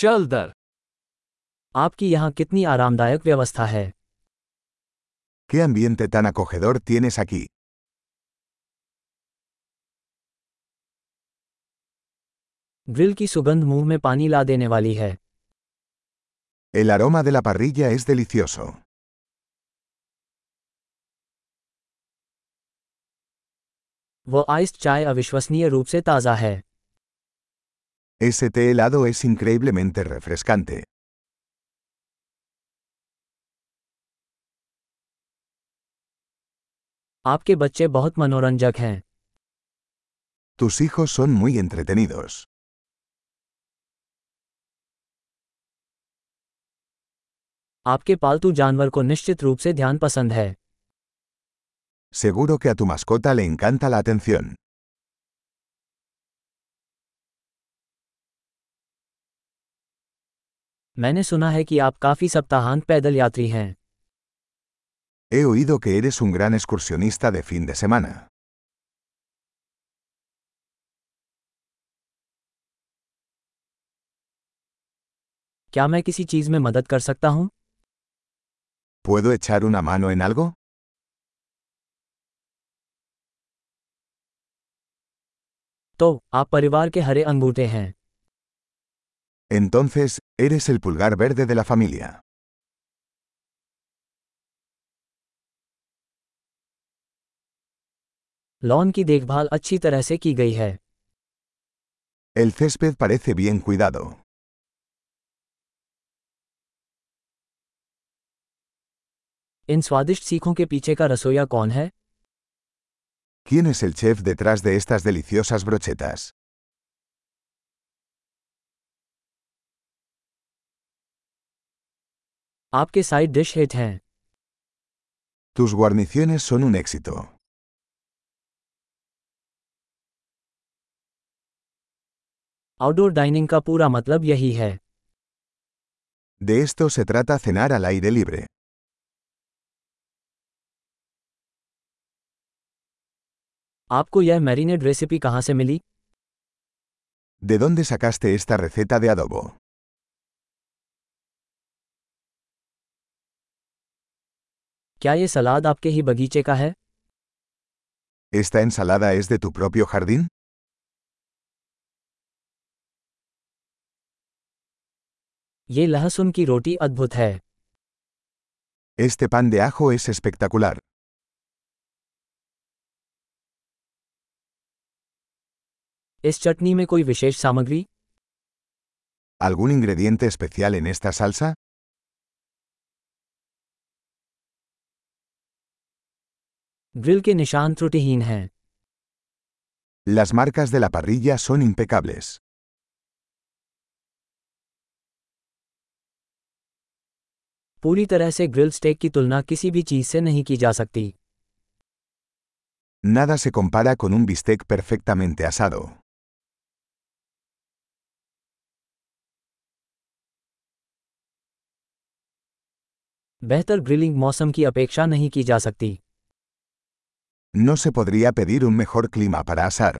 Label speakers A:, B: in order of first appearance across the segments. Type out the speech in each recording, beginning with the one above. A: चल दर
B: आपकी यहाँ कितनी आरामदायक व्यवस्था है
C: ¿Qué ambiente tan acogedor tienes aquí?
B: Grill की सुगंध मुंह में पानी ला देने वाली है
C: El aroma de la parrilla es delicioso.
B: वह आइस्ड चाय अविश्वसनीय रूप से ताज़ा है
C: Ese té helado es increíblemente refrescante.
B: आपके बच्चे बहुत मनोरंजक हैं
C: Tus hijos son muy entretenidos.
B: आपके पालतू जानवर को निश्चित रूप से ध्यान पसंद है
C: Seguro que a tu mascota le encanta la atención.
B: मैंने सुना है कि आप काफ़ी सप्ताहांत पैदल यात्री हैं
C: He oído que eres un gran excursionista de fin de semana.
B: क्या मैं किसी चीज़ में मदद कर सकता हूँ
C: ¿Puedo echar una mano en algo?
B: तो आप परिवार के हरे अंगूठे हैं
C: Entonces, eres el pulgar verde de la familia.
B: Lawn की देखभाल अच्छी तरह से की गई है
C: El césped parece bien cuidado.
B: इन स्वादिष्ट सीखों के पीछे का रसोईया कौन है
C: ¿Quién es el chef detrás de estas deliciosas brochetas?
B: आपके साइड डिश हिट हैं
C: Tus guarniciones son un éxito.
B: Outdoor dining का पूरा मतलब यही है
C: De esto se trata cenar al aire libre.
B: आपको यह मैरिनेड रेसिपी कहाँ से मिली
C: ¿De dónde sacaste esta receta de adobo?
B: क्या ये सलाद आपके ही बगीचे का है
C: ¿Esta ensalada es de tu propio jardín?
B: ये लहसुन की रोटी अद्भुत है
C: Este pan de ajo es espectacular.
B: इस चटनी में कोई विशेष सामग्री
C: ¿Algún ingrediente especial en esta salsa?
B: Grill के निशान त्रुटिहीन हैं
C: Las marcas de la parrilla son impecables.
B: पूरी तरह से ग्रिल स्टेक की तुलना किसी भी चीज़ से नहीं की जा सकती
C: Nada se compara con un bistec perfectamente asado.
B: बेहतर ग्रिलिंग मौसम की अपेक्षा नहीं की जा सकती
C: No se podría pedir un mejor clima para asar.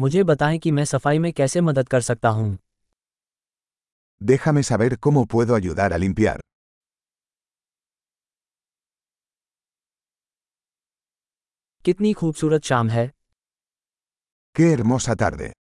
B: मुझे बताएं कि मैं सफाई में कैसे मदद कर सकता हूँ
C: Déjame saber cómo puedo ayudar a limpiar.
B: कितनी खूबसूरत शाम है
C: ¡Qué hermosa tarde!